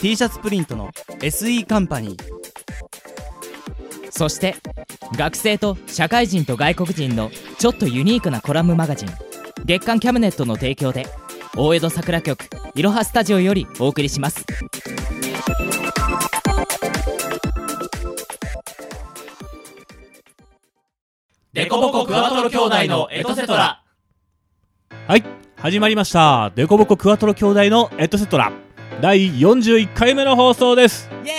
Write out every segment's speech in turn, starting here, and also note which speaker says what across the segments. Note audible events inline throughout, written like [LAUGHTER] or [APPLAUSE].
Speaker 1: T シャツプリントの SE カンパニー
Speaker 2: そして学生と社会人と外国人のちょっとユニークなコラムマガジン月刊キャムネットの提供で大江戸桜局いろはスタジオよりお送りします
Speaker 3: デコボコクワトロ兄弟のエトセトラ
Speaker 4: はい始まりましたデコボコクワトロ兄弟のエトセトラ第41回目の放送です
Speaker 2: イエ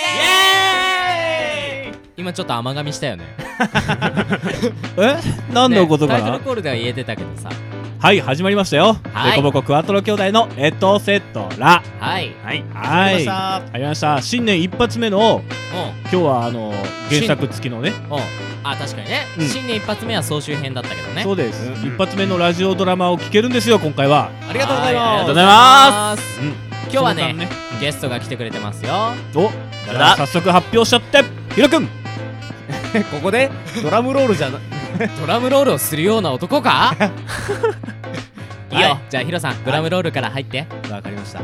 Speaker 2: ーイ
Speaker 5: 今ちょっと甘噛みしたよね
Speaker 4: え何のこと
Speaker 5: タ
Speaker 4: か
Speaker 5: イト
Speaker 4: な、
Speaker 5: ルコールでは言えてたけどさ
Speaker 4: はい始まりましたよ、
Speaker 5: はい
Speaker 4: デコボコクワトロ兄弟のエトセトラ
Speaker 5: はい
Speaker 4: はいはいありました新年一発目の
Speaker 5: う
Speaker 4: 今日はあの原作付きのね
Speaker 5: んうんあ確かにね、
Speaker 4: うん
Speaker 5: 新年一発目は総集編だったけどね
Speaker 4: そうです、一発目のラジオドラマを聞けるんですよ今回は
Speaker 5: ありがとうござ
Speaker 4: はい
Speaker 5: います
Speaker 4: ありがとうございますうん
Speaker 5: 今日はね
Speaker 4: その間
Speaker 5: ゲストが来てくれてますよ
Speaker 4: おじゃあ早速発表しちゃってひろくん
Speaker 3: ここでドラムロールじゃな
Speaker 5: ドラムロールをするような
Speaker 4: [LAUGHS]
Speaker 5: 男かいいよ、じゃあヒロさんドラムロールから入って
Speaker 3: わかりました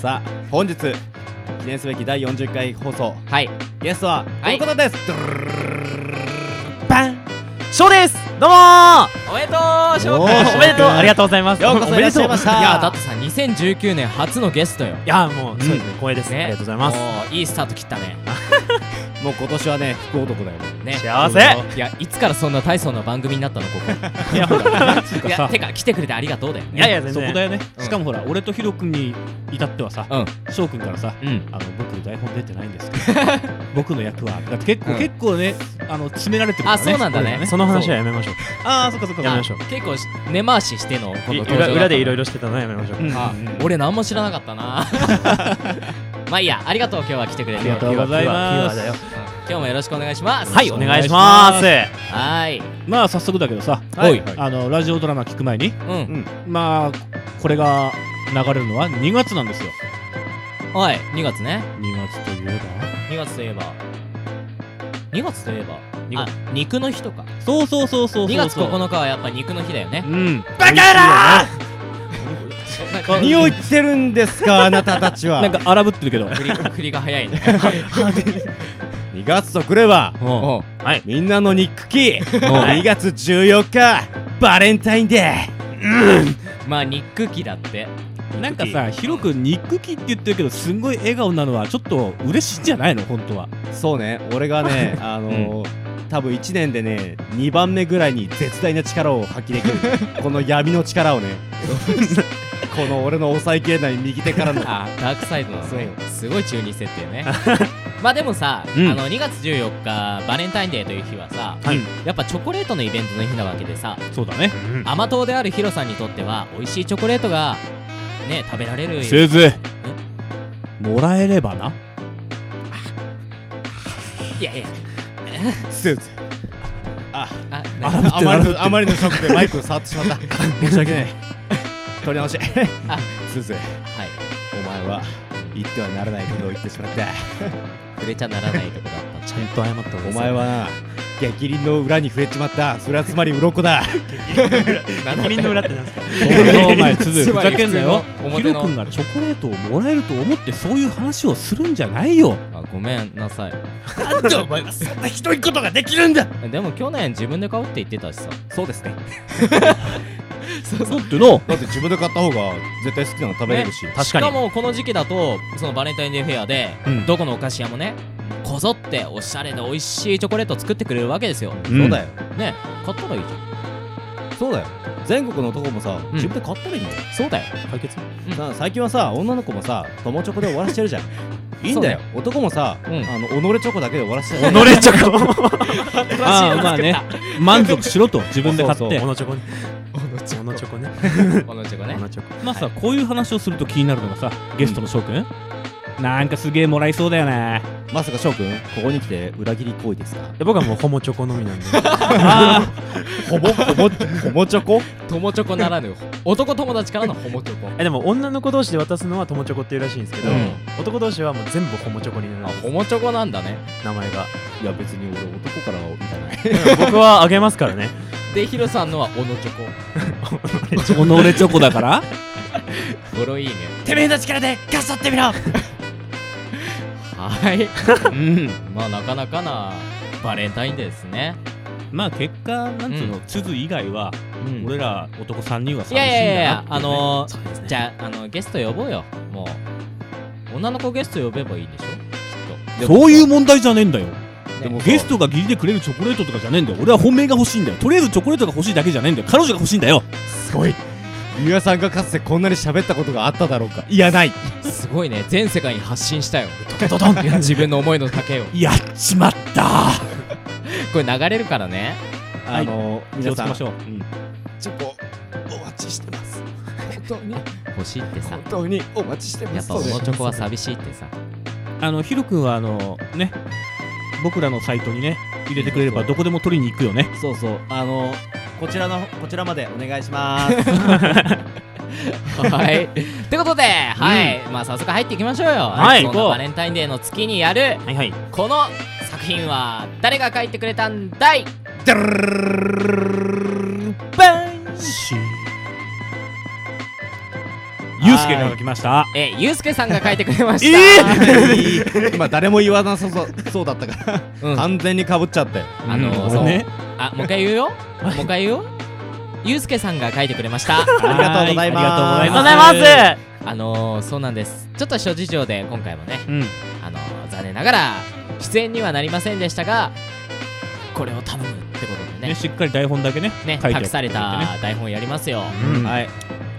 Speaker 3: さあ本日記念すべき第40回放送
Speaker 5: はい
Speaker 3: ゲストはこ
Speaker 5: はい
Speaker 3: の方です、ドルルルルルルバンショーですどうもー
Speaker 5: おめでとうしょう
Speaker 3: おー
Speaker 4: おめでとうありがとうございます
Speaker 3: ようこそいらっしゃいました
Speaker 5: いやだってさ2019年初のゲストよ
Speaker 4: いやもう
Speaker 3: そうです
Speaker 4: ね光栄で
Speaker 5: ね
Speaker 4: ありがとうござい
Speaker 5: も
Speaker 4: ます
Speaker 5: ういいスタート切ったね
Speaker 3: もう今年はね福男だよ
Speaker 5: ね
Speaker 4: 幸せ
Speaker 5: いやいつからそんな大層な番組になったのこ
Speaker 4: いやほらなんつう
Speaker 5: こい
Speaker 4: か [LAUGHS] さ
Speaker 5: やてか来てくれてありがとうだよね
Speaker 4: いやいやそこだよね
Speaker 5: うん
Speaker 4: しかもほら俺とひろくんに至ってはさ
Speaker 5: うん
Speaker 4: 翔くんからさ
Speaker 5: うん
Speaker 4: あの僕台本出てないんですけど
Speaker 5: [LAUGHS]
Speaker 4: 僕の役はだって結構、
Speaker 5: うん
Speaker 4: 結構ねあの詰められてるから
Speaker 5: あ
Speaker 4: ね
Speaker 5: そうなんだね
Speaker 4: その
Speaker 5: 話は
Speaker 4: やめましょうああそっかそっか
Speaker 5: あ結構し根回ししてのこの登場だった
Speaker 4: ろしてたのやめましょう、うん
Speaker 5: あ俺何も知らなかったな [LAUGHS] まあいいやありがとう今日は来てくれて
Speaker 4: ありがとうございます
Speaker 5: うん今日もよろしくお願いします
Speaker 4: はいお願いします
Speaker 5: はーい
Speaker 4: まあ早速だけどさ
Speaker 5: はい
Speaker 4: あのラジオドラマ聞く前に
Speaker 5: うん
Speaker 4: まあこれが流れるのは2月なんですよ
Speaker 5: おい2月ね
Speaker 4: 2月といえば
Speaker 5: 2月といえば2月といえば
Speaker 4: 二
Speaker 5: あ
Speaker 4: 月
Speaker 5: 肉の日とか
Speaker 4: そうそうそうそうそう
Speaker 5: 2月9日はやっぱ肉の日だよね
Speaker 4: うんバカら
Speaker 5: [LAUGHS]
Speaker 3: 何を言ってるんですかあなたたちは
Speaker 4: なんか荒ぶってるけど
Speaker 5: 振り振りが早いね
Speaker 3: 2月とくれば
Speaker 5: おう
Speaker 4: はい
Speaker 3: みんなのニックキー2月14日バレンタインデー
Speaker 5: まあ肉期だって
Speaker 4: [LAUGHS] なんかさひろくん肉気って言ってるけどすんごい笑顔なのはちょっと嬉しいんじゃないの本当は
Speaker 3: そうね俺がねあのー多分1年でね2番目ぐらいに絶大な力を発揮できるこの闇の力をねこの俺の抑えきれない右手からの
Speaker 5: あダークサイドなのねすごい中二設定
Speaker 4: [LAUGHS]
Speaker 5: ねまあでもさ、
Speaker 4: うん
Speaker 5: あの2月14日バレンタインデーという日はさ、
Speaker 4: はい
Speaker 5: やっぱチョコレートのイベントの日なわけでさ
Speaker 4: そうだね
Speaker 5: 甘党であるヒロさんにとっては美味しいチョコレートがね食べられる
Speaker 4: せいぜいもらえればない
Speaker 5: やいや
Speaker 3: スーツ
Speaker 5: あ
Speaker 4: あ
Speaker 5: な
Speaker 4: ら
Speaker 3: あまりのあまりのショックでマイクを触ってしまった [LAUGHS] 申し訳ない取り直 [LAUGHS] し
Speaker 5: あ
Speaker 3: スーツ
Speaker 5: はい
Speaker 3: お前は言ってはならないことを言ってしまった
Speaker 5: 触れちゃならないとこだったん
Speaker 4: ちゃんと謝った方がいい
Speaker 3: お前はな逆鱗の裏に触れちまったそれはつまり鱗だ
Speaker 4: [LAUGHS] 逆鱗の裏ってなんですか
Speaker 5: お
Speaker 4: お
Speaker 5: 前
Speaker 4: 前
Speaker 5: つ
Speaker 4: つ [LAUGHS] づ
Speaker 5: づふ
Speaker 4: ふ
Speaker 5: ざ
Speaker 4: ざ
Speaker 5: け
Speaker 4: け
Speaker 5: ん
Speaker 4: ん
Speaker 5: な
Speaker 4: な
Speaker 5: よ
Speaker 4: よ
Speaker 5: 表
Speaker 4: ヒ
Speaker 5: の
Speaker 4: ロ君がチョコレートをもらえると思ってそういう話をするんじゃないよ
Speaker 5: あごめんなさい
Speaker 4: なんでお前はそんなひどいことができるんだだ
Speaker 5: でも去年自分で買おうって言ってたしさ
Speaker 3: そう [LAUGHS] ですね
Speaker 4: っての
Speaker 3: だって自分で買った方が絶対好きなの食べれるし、
Speaker 4: 確かに
Speaker 5: しかもこの時期だとそのバレンタインデーフェアで、
Speaker 4: うん
Speaker 5: どこのお菓子屋もねこぞっておしゃれで美味しいチョコレートを作ってくれるわけですよ
Speaker 4: うん
Speaker 3: そうだよ
Speaker 5: ね買ったらいいじゃん
Speaker 3: そうだよ全国の男もさ、自分で買ったらいいんだよ
Speaker 5: そうだよ
Speaker 4: 解決
Speaker 3: さ最近はさ女の子もさ友チョコで終わらして [LAUGHS] るじゃんいいんだよ、男もさ、
Speaker 5: うん
Speaker 3: あの己チョコだけで終わらせて
Speaker 4: 己
Speaker 3: [LAUGHS]
Speaker 4: チョコああまあね満足し [LAUGHS] ろと自分で買っ
Speaker 3: そうそう
Speaker 4: てのチョコねのチョコね
Speaker 5: [LAUGHS] このチョコね
Speaker 4: のチョコまあさこういう話をすると気になるのがさゲストの翔くんなんかすげえもらいそうだよね
Speaker 3: まさか翔くんここに来て裏切り行為ですか
Speaker 6: 僕はもうホモチョコのみなんで
Speaker 3: ほぼほぼほぼチョコ
Speaker 5: 友チョコならぬ男友達からのホモチョコ
Speaker 6: えでも女の子同士で渡すのは友チョコっていうらしいんですけど、
Speaker 5: うん
Speaker 6: 男同士はもう全部ホモチョコにな
Speaker 5: あ
Speaker 6: るんです
Speaker 5: ホモチョコなんだね
Speaker 6: 名前が
Speaker 3: [LAUGHS] いや別に俺男からはいかない
Speaker 6: 僕はあげますからね
Speaker 5: でヒロさんのはオノチョコ
Speaker 4: 己チョコだ
Speaker 1: [LAUGHS]
Speaker 4: から
Speaker 5: 語呂いいねてめえの力でガッってみろ [LAUGHS] はい
Speaker 3: うん
Speaker 5: まあなかなかなバレンタインデーですね、
Speaker 4: まあ結果なんつうのつづ以外は
Speaker 5: うん
Speaker 4: 俺ら男3人は寂しいんだ
Speaker 5: い
Speaker 4: な
Speaker 5: やいやいやいや
Speaker 4: ってうね
Speaker 5: あのー
Speaker 6: そうですね
Speaker 5: じゃああのゲスト呼ぼうよもう女の子ゲスト呼べばいいんでしょきっ
Speaker 4: そういう問題じゃねえんだよ
Speaker 5: と
Speaker 3: でも
Speaker 4: ゲストが義理でくれるチョコレートとかじゃねえんだよ俺は本命が欲しいんだよとりあえずチョコレートが欲しいだけじゃねえんだよ彼女が欲しいんだよ
Speaker 3: すごい三輪さんがかつてこんなに喋ったことがあっただろうかいやない
Speaker 5: すごいね全世界に発信したよドドドンって自分の思いの丈を
Speaker 4: やっちまった
Speaker 5: これ流れるからね
Speaker 3: あの、
Speaker 4: 気
Speaker 3: 皆
Speaker 4: をつ
Speaker 3: さ
Speaker 4: け
Speaker 3: ん
Speaker 4: ましょう
Speaker 3: チョコお待ちしてます本当に
Speaker 5: 欲しいってさ
Speaker 3: 当にお待ちして
Speaker 5: やっぱオノチョコは寂しいってさ
Speaker 4: あのヒロ君はあのね僕らのサイトにね入れてくれればどこでも取りに行くよね
Speaker 3: そうそうあのこちらのこちらまでお願いします
Speaker 5: はい。ってことで、はい。まあ早速入っていきましょうよ。
Speaker 4: はい
Speaker 5: そん
Speaker 4: 行
Speaker 5: な
Speaker 4: こう
Speaker 5: バレンタインデーの月にやる、
Speaker 4: はいはい
Speaker 5: この作品は誰が書いてくれたんだいバン
Speaker 4: ユウスケが書きました
Speaker 5: え、ゆうすけさんが書いてくれまし
Speaker 4: え
Speaker 5: た。
Speaker 3: [LAUGHS] 今誰も言わなさそうそうだったから
Speaker 5: うん
Speaker 3: 完全にかぶっちゃったよ
Speaker 5: あの
Speaker 4: うん
Speaker 5: そう、
Speaker 4: ね
Speaker 5: あ、もう一回言うよ。もう一回言うよ。 [LAUGHS] ゆうすけさんが書いてくれました。
Speaker 3: ありがとうございます
Speaker 4: は
Speaker 5: あり
Speaker 4: ありがと
Speaker 5: がとうござい
Speaker 4: うございま
Speaker 5: あのー、そうなんです。ちょっと諸事情で今回もね、
Speaker 4: うん
Speaker 5: あのー、残念ながら出演にはなりませんでしたが、これを頼むってことで
Speaker 4: ね
Speaker 5: ね。
Speaker 4: しっかり台本だけね
Speaker 5: ね、
Speaker 4: 書いて
Speaker 5: 託された台本やりますよ。
Speaker 4: うんはい
Speaker 3: い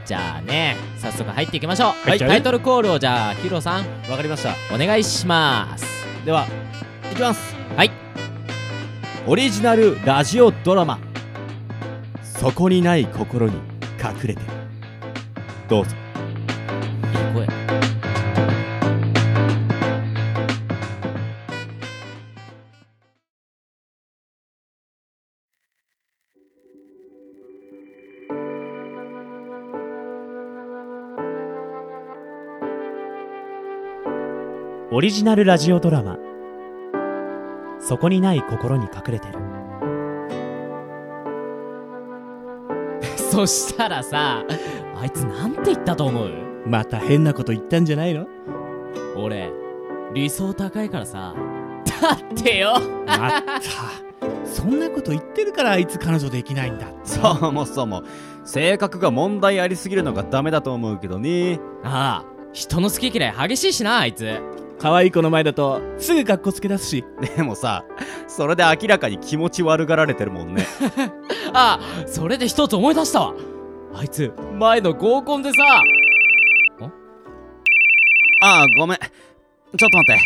Speaker 5: じゃあね、早速入っていきましょう。
Speaker 4: 入っちゃう
Speaker 5: タイトルコールをじゃあ、ヒロさん、
Speaker 3: わかりました
Speaker 5: お願いします。
Speaker 3: では行きます
Speaker 5: はい
Speaker 3: オリジナルラジオドラマ「そこにない心に隠れて」どうぞ
Speaker 5: いい声。
Speaker 7: オリジナルラジオドラマ「そこにない心に隠れてる
Speaker 5: [LAUGHS] そしたらさ、あいつなんて言ったと思う
Speaker 4: また変なこと言ったんじゃないの
Speaker 5: 俺、理想高いからさ。だってよ
Speaker 4: またそんなこと言ってるからあいつ彼女できないんだ
Speaker 3: そもそも性格が問題ありすぎるのがダメだと思うけどね
Speaker 5: ああ、人の好き嫌い激しいしな、あいつ。
Speaker 4: 可愛い子の前だとすぐ格好つけ出すし
Speaker 3: でもさそれで明らかに気持ち悪がられてるもんね
Speaker 5: ああ、それで一つ思い出したわ。あいつ、前の合コンでさ、
Speaker 3: ああごめんちょっと待って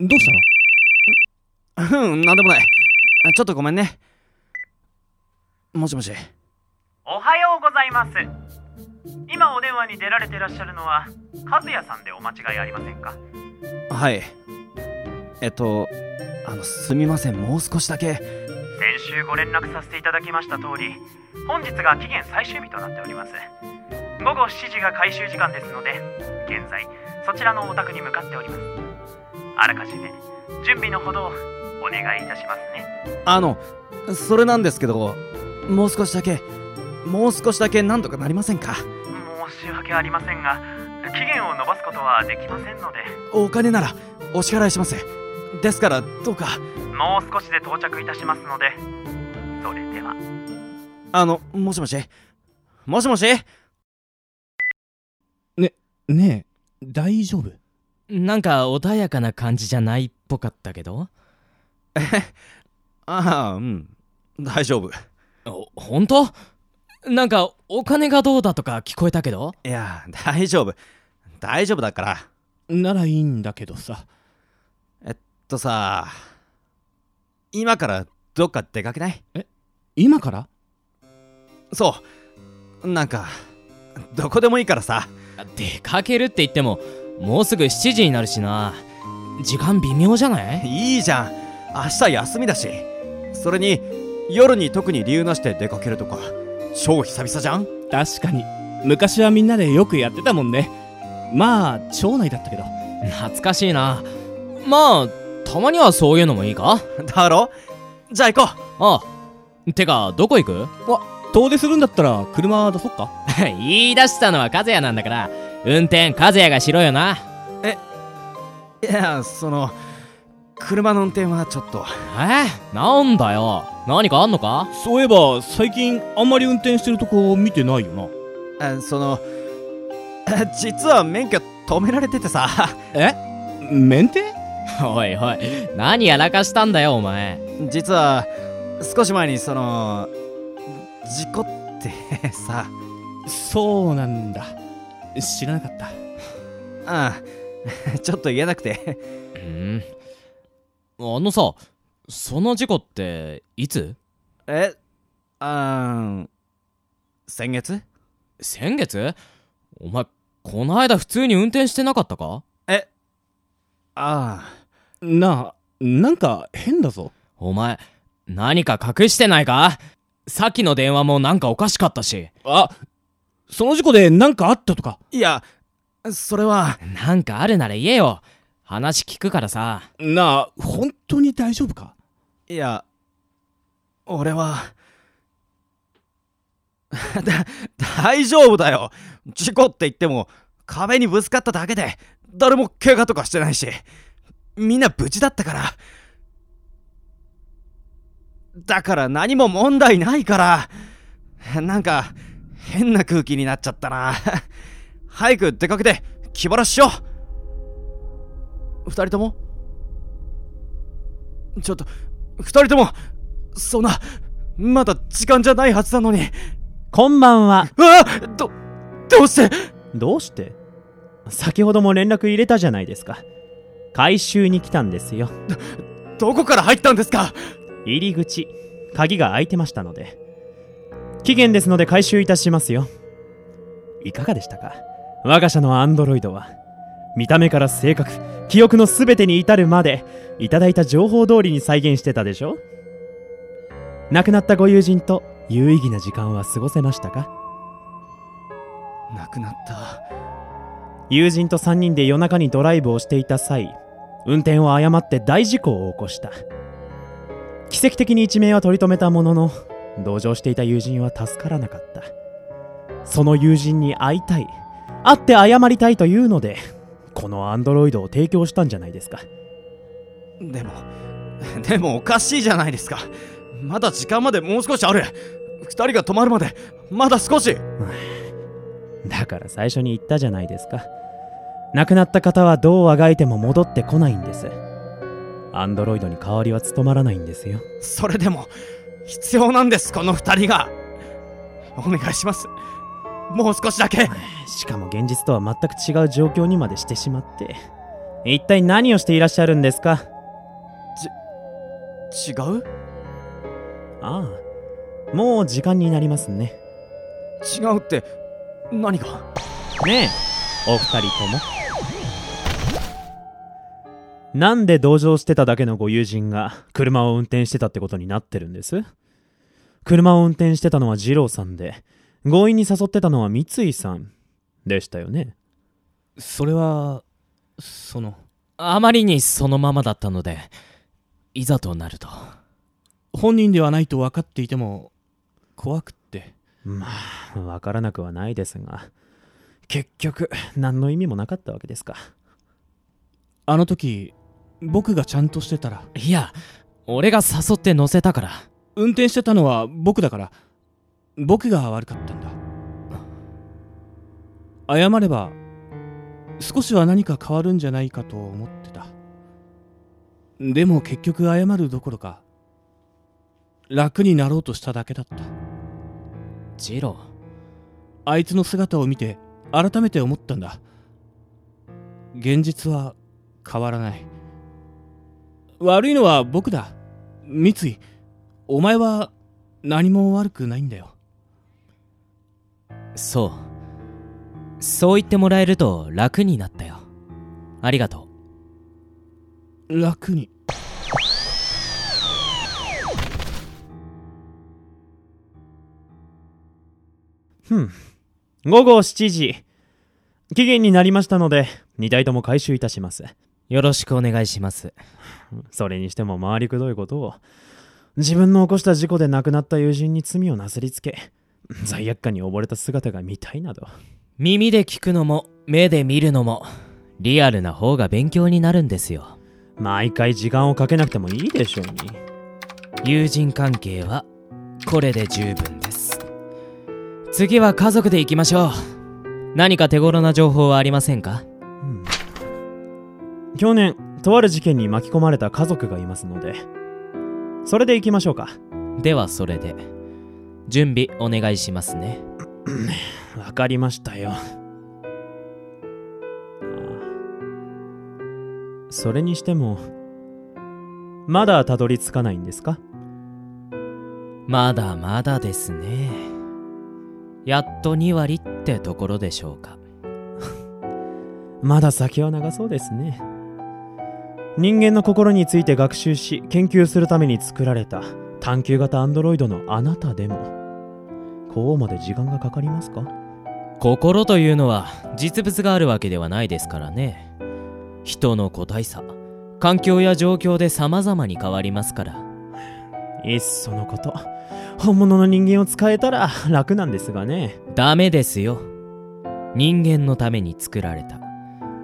Speaker 4: どうしたの
Speaker 3: うんなんでもないちょっとごめんねもしもし
Speaker 8: おはようございます今お電話に出られてらっしゃるのは和也さんでお間違いありませんか
Speaker 3: はいえっとあのすみませんもう少しだけ
Speaker 8: 先週ご連絡させていただきました通り本日が期限最終日となっております午後7時が回収時間ですので現在そちらのお宅に向かっておりますあらかじめ準備のほどお願いいたしますね
Speaker 3: あのそれなんですけどもう少しだけもう少しだけなんとかなりませんか
Speaker 8: 申し訳ありませんが期限を延ばすことはできませんので
Speaker 3: お金ならお支払いしますですからどうか
Speaker 8: もう少しで到着いたしますのでそれでは
Speaker 3: あのもしもしもしもし
Speaker 4: ねえ大丈夫
Speaker 5: なんか穏やかな感じじゃないっぽかったけど
Speaker 3: ああうん大丈夫
Speaker 5: お本当なんかお金がどうだとか聞こえたけど
Speaker 3: いや大丈夫大丈夫だから
Speaker 4: ならいいんだけどさ
Speaker 3: とさ今からどっか出かけない
Speaker 4: 今から
Speaker 3: そうなんかどこでもいいからさ
Speaker 5: 出かけるって言ってももうすぐ7時になるしな時間微妙じゃない
Speaker 3: いいじゃん明日休みだしそれに夜に特に理由なしで出かけるとか超久々じゃん
Speaker 4: 確かに昔はみんなでよくやってたもんねまあ町内だったけど
Speaker 5: 懐かしいなまあたまにはそういうのもいいか
Speaker 3: だろじゃあ行こ
Speaker 5: ああてかどこ行く [LAUGHS]
Speaker 4: 遠出するんだったら車出そっか
Speaker 5: 言い出したのは和也なんだから運転和也がしろよな
Speaker 3: ういやその車の運転はちょっと
Speaker 5: えなんだよ何かあんのか [LAUGHS]
Speaker 4: そういえば最近あんまり運転してるとこ見てないよな
Speaker 3: あその [LAUGHS] あ実は免許止められててさ
Speaker 4: 免停
Speaker 5: おいおい何やらかしたんだよお前
Speaker 3: 実は少し前にその事故ってさ
Speaker 4: そうなんだ知らなかった
Speaker 3: ああちょっと言えなくて
Speaker 5: うんあのさその事故っていつ
Speaker 3: えあー先月
Speaker 5: 先月お前この間普通に運転してなかったか
Speaker 3: あ
Speaker 4: なあなんか変だぞ
Speaker 5: お前何か隠してないかさっきの電話もなんかおかしかったし
Speaker 4: あその事故で何かあったとか
Speaker 3: あいやそれは
Speaker 5: なんかあるなら言えよ話聞くからさ
Speaker 4: なあ本当に大丈夫か
Speaker 3: いや俺は [LAUGHS] だ大丈夫だよ事故って言っても壁にぶつかっただけで誰も怪我とかしてないしみんな無事だったからだから何も問題ないからなんか変な空気になっちゃったな [LAUGHS] 早く出かけて気晴らししよう二人ともちょっと二人ともそんなまだ時間じゃないはずなのに
Speaker 7: こんばんは。
Speaker 3: うわどどうして
Speaker 7: どうして先ほども連絡入れたじゃないですか。回収に来たんですよ。
Speaker 3: どこから入ったんですか
Speaker 7: 入り口、鍵が開いてましたので。期限ですので回収いたしますよ。いかがでしたか我が社のアンドロイドは。見た目から性格、記憶のすべてに至るまで、いただいた情報通りに再現してたでしょ亡くなったご友人と有意義な時間は過ごせましたか
Speaker 3: 亡くなった
Speaker 7: 友人と3人で夜中にドライブをしていた際運転を誤って大事故を起こした奇跡的に一命は取り留めたものの同乗していた友人は助からなかったその友人に会いたい会って謝りたいというのでこのアンドロイドを提供したんじゃないですか
Speaker 3: でもでもおかしいじゃないですかまだ時間までもう少しある二人が止まるまでまだ少し
Speaker 7: だから最初に言ったじゃないですか亡くなった方はどうあがいても戻ってこないんですアンドロイドに代わりは務まらないんですよ
Speaker 3: それでも必要なんですこの二人がお願いしますもう少しだけ
Speaker 7: しかも現実とは全く違う状況にまでしてしまって一体何をしていらっしゃるんですか
Speaker 3: 違う
Speaker 7: ああもう時間になりますね
Speaker 3: 違うって何が
Speaker 7: ねえお二人ともなんで同乗してただけのご友人が車を運転してたってことになってるんです車を運転してたのは二郎さんで強引に誘ってたのは三井さんでしたよね
Speaker 4: それはその
Speaker 5: あまりにそのままだったのでいざとなると
Speaker 4: 本人ではないと分かっていても怖くって
Speaker 7: まあ分からなくはないですが結局何の意味もなかったわけですか
Speaker 4: あの時僕がちゃんとしてたら
Speaker 5: いや俺が誘って乗せたから
Speaker 4: 運転してたのは僕だから僕が悪かったんだ謝れば少しは何か変わるんじゃないかと思ってたでも結局謝るどころか楽になろうとしただけだった
Speaker 5: ジロ
Speaker 4: あいつの姿を見て改めて思ったんだ現実は変わらない悪いのは僕だ三井お前は何も悪くないんだよ
Speaker 5: そうそう言ってもらえると楽になったよありがと
Speaker 4: 楽に
Speaker 7: 午後7時期限になりましたので2体とも回収いたします
Speaker 5: うよろしくお願いします
Speaker 7: それにしても回りくどいことを自分の起こした事故で亡くなった友人に罪をなすりつけ罪悪感に溺れた姿が見たいなど
Speaker 5: 耳で聞くのも目で見るのもリアルな方が勉強になるんですよ
Speaker 7: 毎回時間をかけなくてもいいでしょうに
Speaker 5: 友人関係はこれで十分です次は家族で行きましょう何か手頃な情報はありませんか
Speaker 7: 去年とある事件に巻き込まれた家族がいますのでそれで行きましょうか
Speaker 5: ではそれで準備お願いしますね
Speaker 7: わかりましたよああそれにしてもまだたどり着かないんですか
Speaker 5: まだまだですねやっと2割ってところでしょうか
Speaker 7: まだ先は長そうですね人間の心について学習し研究するために作られた探求型アンドロイドのあなたでもこうまで時間がかかりますか
Speaker 5: 心というのは実物があるわけではないですからね人の個体差環境や状況で様々に変わりますから
Speaker 7: いっそのこと本物の人間を使えたら楽なんですがね
Speaker 5: ダメですよ人間のために作られた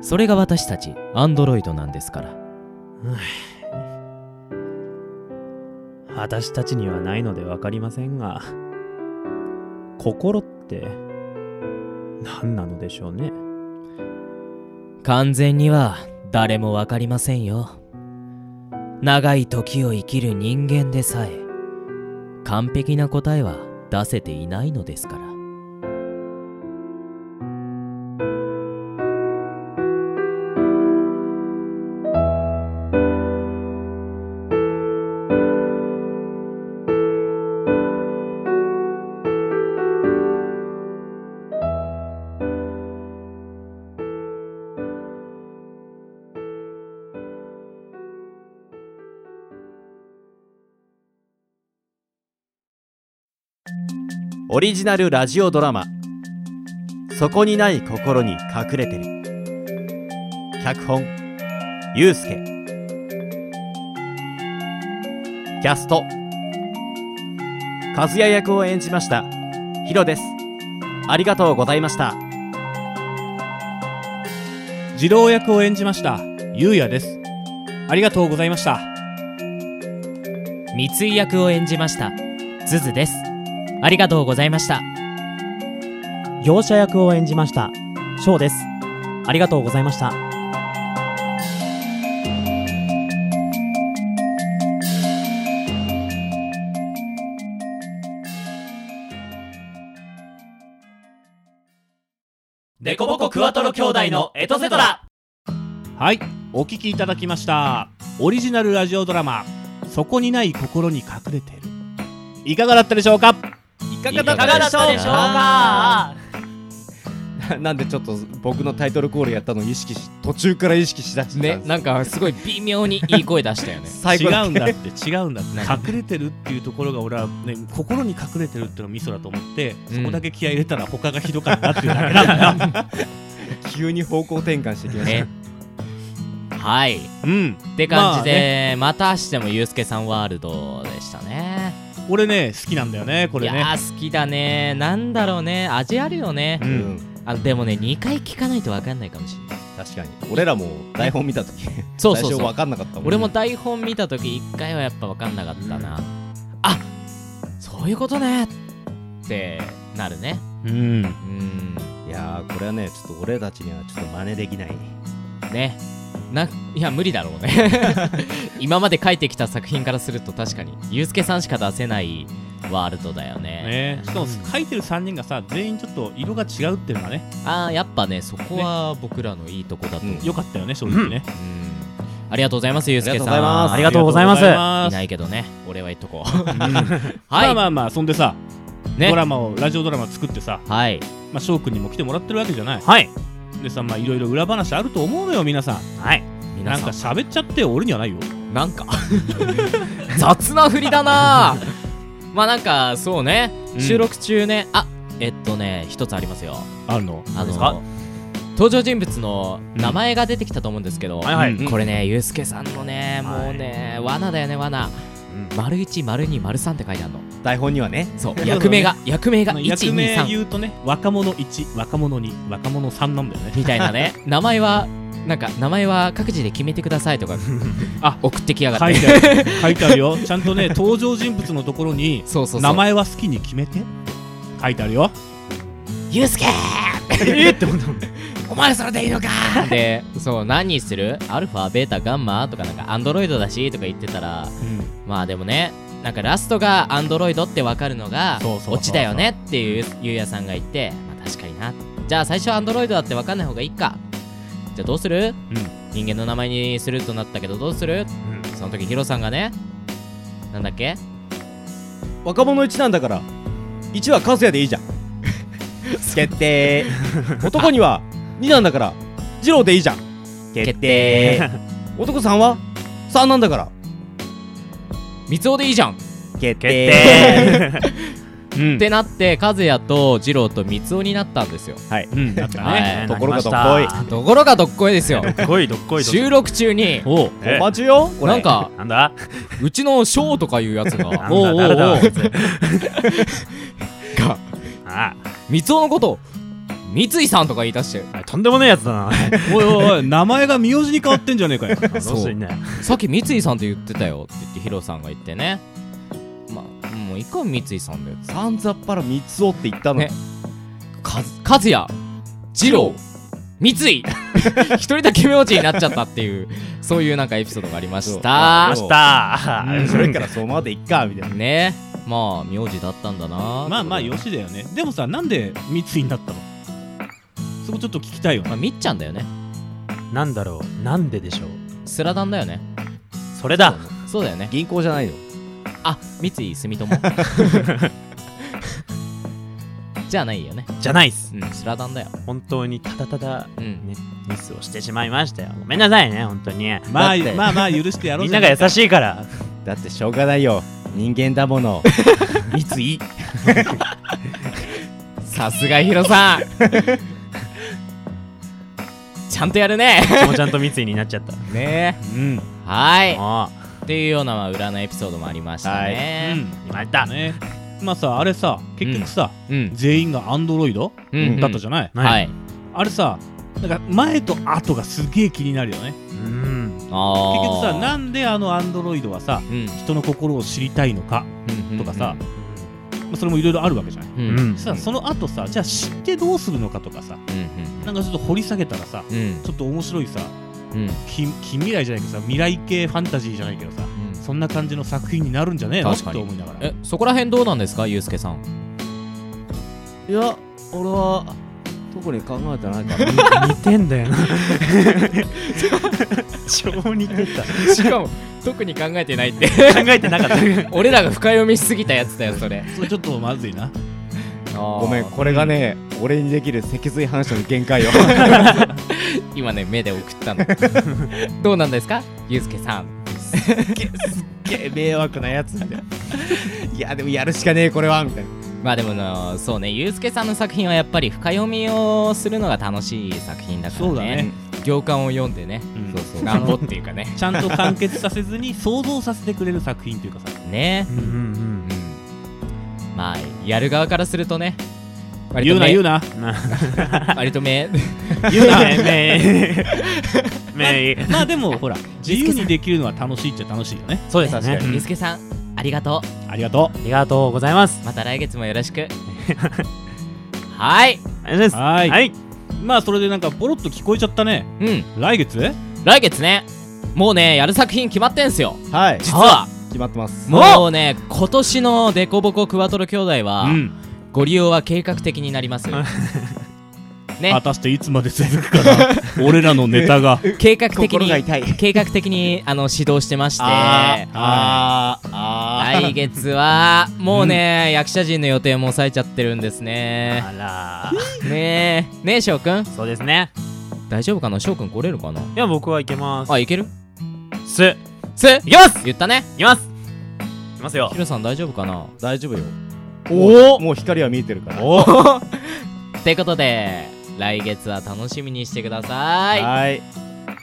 Speaker 5: それが私たちアンドロイドなんですから
Speaker 7: 私たちにはないので分かりませんが心って何なのでしょうね
Speaker 5: 完全には誰もわかりませんよ長い時を生きる人間でさえ完璧な答えは出せていないのですから
Speaker 3: オリジナルラジオドラマ「そこにない心に隠れてる」脚本ゆうすけキャスト和也役を演じましたヒロですありがとうございました
Speaker 4: 児童役を演じましたゆうやですありがとうございました
Speaker 2: 三井役を演じましたズズですありがとうございました
Speaker 7: 業者役を演じました翔ですありがとうございました
Speaker 2: デコボコクワトロ兄弟のエトセトラ
Speaker 4: はい、お聞きいただきました。オリジナルラジオドラマ、そこにない心に隠れてる。いかがだったでしょうか
Speaker 3: いか
Speaker 2: いかがだったでしょうか
Speaker 3: なんでちょっと僕のタイトルコールやったの意識し途中から意識しだしてたんです
Speaker 5: ねなんかすごい微妙にいい声出したよね
Speaker 3: 最後だ
Speaker 4: 違うんだって、違うんだ
Speaker 2: [LAUGHS]
Speaker 4: って。隠れてるっていうところが俺は、ね、心に隠れてるっていうのがミソだと思って、
Speaker 5: うん
Speaker 2: [LAUGHS]
Speaker 4: そこだけ気合い入れたら他がひどかったっていうだけなんだよ。
Speaker 3: 急に方向転換してきました
Speaker 5: ね。はい。
Speaker 4: うん
Speaker 5: って感じで、またしてもユうスケさんワールドでしたね。
Speaker 4: 俺ね好きなんだよねこ
Speaker 5: い
Speaker 4: れね
Speaker 5: やー好きだね。なんだろうね。味あるよね
Speaker 3: う。ん、
Speaker 5: あでもね、2回聞かないと分かんないかもしれない。
Speaker 3: 確かに俺らも台本見た時
Speaker 5: そう
Speaker 3: 最
Speaker 5: そ
Speaker 3: 初
Speaker 5: うそう
Speaker 3: 分。かんなかったもん
Speaker 5: 俺も台本見た時1回はやっぱ分かんなかったな。あそういうことねってなるね。
Speaker 4: うん
Speaker 5: うん。
Speaker 3: いやーこれはねちょっと俺たちにはちょっと真似できない
Speaker 5: ねないや無理だろうね今まで書いてきた作品からすると確かにユうスケさんしか出せないワールドだよね
Speaker 4: ねしかも書いてる3人がさ全員ちょっと色が違うっていうのがね
Speaker 5: ああやっぱねそこは僕らのいいとこだと思う、
Speaker 4: 良かったよね正直ね
Speaker 5: うんありがとうございますユうスケさん
Speaker 3: あ
Speaker 6: ありがとうございます
Speaker 4: ありがとうござい
Speaker 5: な
Speaker 4: ま
Speaker 5: いけどね俺は言っとこ
Speaker 4: す
Speaker 5: うはい、
Speaker 4: まあまあまあそんでさ
Speaker 5: ね
Speaker 4: ドラマをラジオドラマ作ってさ
Speaker 5: はい
Speaker 4: まあ翔くんにも来てもらってるわけじゃない
Speaker 6: はい
Speaker 4: でさまあいろいろ裏話あると思うのよ皆さん
Speaker 6: はい
Speaker 5: 皆
Speaker 4: なん
Speaker 5: さ
Speaker 4: か
Speaker 5: ん
Speaker 4: 喋っちゃってよ俺にはないよ
Speaker 5: なんか雑な振りだなまあなんかそうね
Speaker 4: うん
Speaker 5: 収録中ね、あえっとね一つありますよ
Speaker 4: あるの
Speaker 5: あ
Speaker 6: ですか
Speaker 5: の登場人物の名前が出てきたと思うんですけど、
Speaker 6: はいはい
Speaker 5: うんこれね、ユうスケさんのね、
Speaker 6: はい
Speaker 5: もうね、罠だよね、罠。丸1、丸2、丸3って書いてあるの。
Speaker 3: 台本にはね
Speaker 5: そう、
Speaker 4: ね
Speaker 5: 役名が、役名が1、
Speaker 4: 役名
Speaker 5: 2、3
Speaker 4: 言うとね若者1若者2若者3なんだよね
Speaker 5: みたい
Speaker 6: [LAUGHS]
Speaker 5: なね。名前は、なんか、名前は各自で決めてくださいとか、
Speaker 4: あ
Speaker 5: 送ってきやがって。
Speaker 4: 書いてある書いてあるよちゃんとね登場人物のところに
Speaker 5: そうそうそう。
Speaker 4: 名前は好きに決めて書いてあるよ
Speaker 5: ユうスケ
Speaker 6: えっって思った
Speaker 5: お前それでいいのかで、そう、何にするアルファ、ベータ、ガンマとか、なんか、アンドロイドだしとか言ってたら、まあでもね、なんかラストがアンドロイドってわかるのが
Speaker 4: そうそうそうそう
Speaker 5: オチだよねっていうゆうやさんが言って、まあ確かにな。じゃあ最初アンドロイドだってわかんない方がいいか。じゃあどうする、人間の名前にするとなったけどどうする、その時ヒロさんがね、なんだっけ
Speaker 3: 若者1なんだから1は和也でいいじゃ [LAUGHS] ん決定男には2なんだから二郎でいいじゃん決定男3は3なんだから
Speaker 5: 三つおでいいじゃん、
Speaker 3: 決定 [LAUGHS]
Speaker 5: ってなって、和也と二郎と三つおになったんですよ。
Speaker 3: はい、
Speaker 4: うんだったね
Speaker 5: はい
Speaker 3: ところがどっ
Speaker 6: なり
Speaker 3: こ
Speaker 5: ところがどっこいですよ。
Speaker 6: どっこいどっこいどっこい
Speaker 5: 収録中に、
Speaker 4: おう
Speaker 3: い
Speaker 6: え
Speaker 3: お待ちよこれ
Speaker 5: なんか、
Speaker 6: なんだ
Speaker 5: うちのショーとかいうやつが、
Speaker 6: なんだ誰だ
Speaker 5: おうおうおう
Speaker 6: あいつ
Speaker 5: [LAUGHS] が
Speaker 6: あ
Speaker 5: 三尾のこと三井さんとか言い出して
Speaker 6: あとんでもねえやつだな
Speaker 4: おいおいおい名前が名字に変わってんじゃねえかよ
Speaker 6: どうしていいね
Speaker 5: さっき三井さんって言ってたよって言ってヒロさんが言ってねまあもういかん三井さんだよ
Speaker 3: さんざっぱら三つおって言ったのに
Speaker 5: ねか和也二郎三井 [LAUGHS] 一人だけ名字になっちゃったっていうそういうなんかエピソードがありまし
Speaker 3: あ
Speaker 5: た
Speaker 6: 明日
Speaker 3: あそれからそのままでいっかみたいな
Speaker 5: ねまあ名字だったんだな
Speaker 4: まあまあよしだよねでもさなんで三井になったのそこちょっと聞きたいよ
Speaker 5: まあみっちゃんだよね
Speaker 6: なんだろうなんででしょう
Speaker 5: スラダンだよね
Speaker 6: それだ
Speaker 5: そうだよね
Speaker 3: 銀行じゃないの
Speaker 5: あ三井住友じゃあないよね
Speaker 6: じゃないっす
Speaker 5: うんスラダンだよ
Speaker 6: 本当にただただ
Speaker 5: うん
Speaker 6: ねミスをしてしまいましたよごめんなさいね本当に
Speaker 4: まあ
Speaker 3: だって
Speaker 4: まあまあ許してやろう
Speaker 6: みん
Speaker 4: じゃ
Speaker 6: なが
Speaker 4: い
Speaker 6: 優しいから
Speaker 3: だってしょうがないよ人間だも
Speaker 5: [LAUGHS]
Speaker 3: の三井
Speaker 5: さすがヒロさんちゃんとやるね
Speaker 6: うちもちゃんと三井になっちゃった
Speaker 5: ね
Speaker 4: うん
Speaker 5: はい
Speaker 7: 어,
Speaker 6: も
Speaker 5: っていうようなまあ裏のエピソードもありました
Speaker 4: う
Speaker 5: ね
Speaker 4: ん
Speaker 6: う今やった
Speaker 4: ねまあさあれさ結局さ、
Speaker 5: うん
Speaker 4: 全員がアンドロイド
Speaker 5: うんうん
Speaker 4: だったじゃない、
Speaker 5: はい
Speaker 4: あれさなんか前と後がすげえ気になるよね
Speaker 6: うん
Speaker 5: あ
Speaker 4: 結局さ
Speaker 5: な
Speaker 4: なんであのアンドロイドはさ
Speaker 5: うん
Speaker 4: 人の心を知りたいのか
Speaker 5: うん
Speaker 4: とかさ、まあ、それもいろいろあるわけじゃない、
Speaker 5: うん
Speaker 6: う
Speaker 5: うんうん
Speaker 6: ん
Speaker 4: さその後さじゃあ知ってどうするのかとかさなんかちょっと掘り下げたらさ
Speaker 5: うんうん
Speaker 4: ちょっと面白いさ
Speaker 5: うん
Speaker 4: 近近未来じゃないけどさ未来系ファンタジーじゃないけどさそんな感じの作品になるんじゃねえの
Speaker 5: 確
Speaker 4: と
Speaker 5: かに
Speaker 4: 思いながら
Speaker 5: えそこら辺どうなんですかゆうすけさん
Speaker 3: いや俺は特に考えてないから [LAUGHS]
Speaker 6: 似てんだよな超似てた
Speaker 5: しかも特に考えてないって
Speaker 6: 考えてなかった
Speaker 5: [LAUGHS] 俺らが深読みしすぎたやつだよそれ
Speaker 4: それちょっとまずいな
Speaker 5: ご
Speaker 3: [LAUGHS] ごめんこれがね俺にできる脊髄反射の限界 [LAUGHS] よ
Speaker 5: 今ね目で送っ
Speaker 4: [LAUGHS]
Speaker 5: たのどうなんですかゆうすけさん
Speaker 3: すっげえ迷惑なやつみたいないやでもやるしかねえこれはみたいな
Speaker 5: まあでもなそうねユうスケさんの作品はやっぱり深読みをするのが楽しい作品だからね
Speaker 4: そうだね
Speaker 5: 行間を読んでね、
Speaker 4: うん
Speaker 5: そうそう願望っていう
Speaker 4: [LAUGHS]
Speaker 5: かね
Speaker 4: ちゃんと完結させずに想像させてくれる作品というかさ
Speaker 5: ね
Speaker 6: うん
Speaker 5: 음.
Speaker 6: うん
Speaker 5: うんまあやる側からするとね割
Speaker 4: 言う
Speaker 5: と
Speaker 4: な
Speaker 5: め
Speaker 4: 言うな
Speaker 5: 割とめ
Speaker 4: [LAUGHS] 言う [LAUGHS] な
Speaker 7: め
Speaker 4: [LAUGHS]
Speaker 7: いめい
Speaker 4: まあでもほら自由にできるのは楽しいっちゃ楽しいよね
Speaker 5: そうです確
Speaker 7: かに
Speaker 5: ユうスケさんありがとう
Speaker 4: ありがと
Speaker 7: ありがとうございます
Speaker 5: また来月もよ
Speaker 4: [LAUGHS]
Speaker 5: ろしくはい
Speaker 7: ありがとうございます
Speaker 4: はーい
Speaker 7: はい、
Speaker 4: まあそれでなんかボロッと聞こえちゃったね
Speaker 5: うん
Speaker 4: 来月
Speaker 5: 来月ねもうねやる作品決まってんすよ
Speaker 3: はい
Speaker 5: 実は
Speaker 3: 決まってます
Speaker 5: もうね今年のデコボコクワトロ兄弟は、
Speaker 4: うん
Speaker 5: ご利用は計画的になります
Speaker 4: 果
Speaker 5: ね
Speaker 4: たしていつまで続くかな [LAUGHS] 俺らのネタが
Speaker 5: 計画的
Speaker 3: 心が
Speaker 5: に
Speaker 3: 痛い
Speaker 5: 計画的にあの指導してまして
Speaker 3: あーあー
Speaker 5: 来月はもうね、役者陣の予定も抑えちゃってるんですね
Speaker 7: あ
Speaker 5: ねえねえ翔くん
Speaker 7: らそうですね
Speaker 5: 大丈夫かな翔くん来れるかない
Speaker 7: や僕はいけます
Speaker 5: あいける
Speaker 7: すい
Speaker 5: すいきます言ったね
Speaker 7: きますいきますよ
Speaker 5: ヒロさん大丈夫かな
Speaker 3: 大丈夫よ
Speaker 7: お
Speaker 3: もう光は見えてるから
Speaker 7: お
Speaker 5: ってことで来月は楽しみにしてください
Speaker 3: はい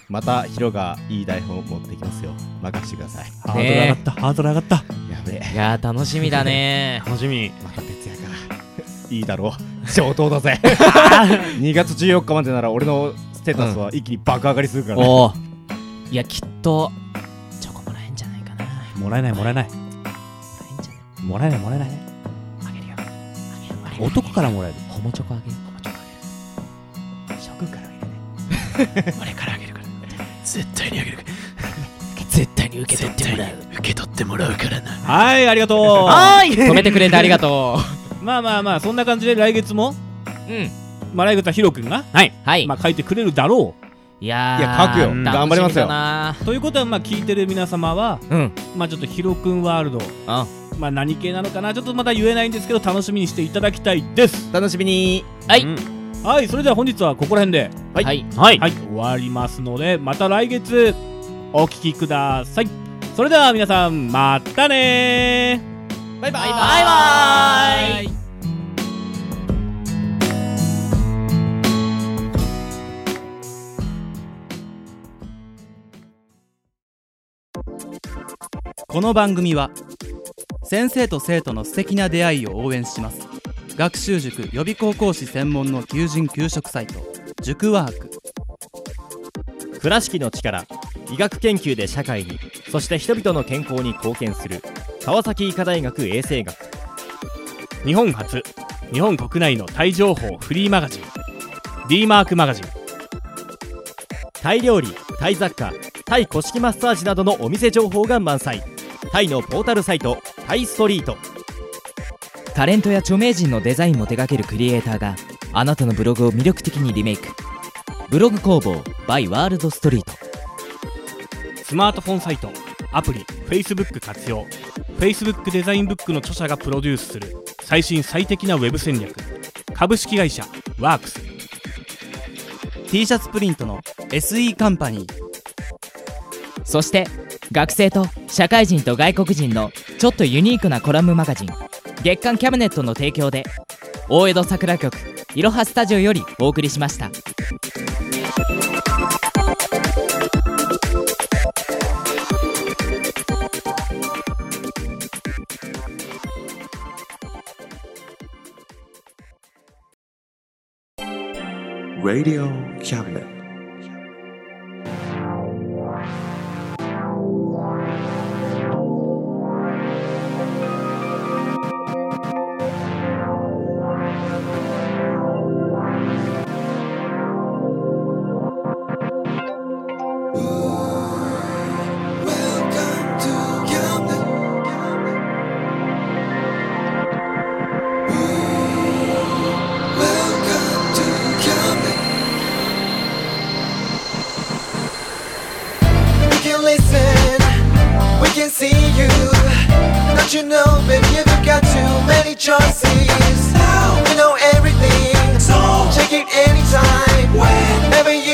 Speaker 3: またヒロがいい台本を持ってきますよ任してください
Speaker 4: ハードル上がったハードル上がった
Speaker 3: やべえ
Speaker 5: いやー楽しみ
Speaker 3: [LAUGHS]
Speaker 5: だね
Speaker 7: 楽しみ
Speaker 3: また徹夜か [LAUGHS] いいだろう上等だ
Speaker 7: [LAUGHS]
Speaker 3: ぜ2月14日までなら俺のステータスは一気に爆上がりするからね、
Speaker 5: おおいやきっとチョコもらえんじゃないかな
Speaker 4: もらえないもらえないもらえないもらえない
Speaker 5: あげるよあげる
Speaker 4: 男からもらえる
Speaker 5: ホモチョコあげるホモチョコあげる諸君からあげるね俺からあげるから絶対にあげる絶対に受け取ってもらう受け取ってもらうからな
Speaker 4: はいありがとう [LAUGHS]
Speaker 5: い止めてくれてありがと
Speaker 4: まあまあまあそんな感じで来月も
Speaker 3: [LAUGHS]
Speaker 5: ううん
Speaker 4: まあ来月はヒロ君が
Speaker 5: はい、
Speaker 4: まあ書いてくれるだろ
Speaker 5: いやー
Speaker 3: いや書くよ
Speaker 5: 楽しみ
Speaker 3: 頑張りますよ
Speaker 5: だな
Speaker 4: うということはまあ聞いてる皆様は
Speaker 5: うん
Speaker 4: まあちょっとヒロ君ワールド
Speaker 5: あ
Speaker 4: まあ何系なのかなちょっとまだ言えないんですけど楽しみにしていただきたいです
Speaker 3: 楽しみに
Speaker 5: はい
Speaker 7: うん
Speaker 4: はいそれでは本日はここら辺で
Speaker 5: はい、
Speaker 7: はい
Speaker 4: はい終わりますのでまた来月お聞きくださいそれでは皆さんまたね
Speaker 5: バイバイバイバイ
Speaker 1: この番組は先生と生徒の素敵な出会いを応援します学習塾予備高校師専門の求人・求職サイト塾ワーク
Speaker 9: 倉敷の力医学研究で社会にそして人々の健康に貢献する川崎医科大学衛生学
Speaker 4: 日本初日本国内のタイ情報フリーマガジン D マークマガジン
Speaker 9: タイ料理タイ雑貨タイ古式マッサージなどのお店情報が満載タイのポータルサイトタイストリート
Speaker 2: タレントや著名人のデザインも手掛けるクリエイターがあなたのブログを魅力的にリメイクブログ工房 by ワールドストリート
Speaker 4: スマートフォンサイトアプリ Facebook 活用 Facebook デザインブックの著者がプロデュースする最新最適なウェブ戦略株式会社ワークス
Speaker 1: T シャツプリントの SE カンパニー
Speaker 2: そして学生と社会人と外国人のちょっとユニークなコラムマガジン月刊キャビネットの提供で大江戸桜局いろはスタジオよりお送りしました
Speaker 10: Radio Cabinet.
Speaker 11: We can listen, we can see you. Don't you know, baby, you've got too many choices. Now we know everything, so check it anytime, whenever you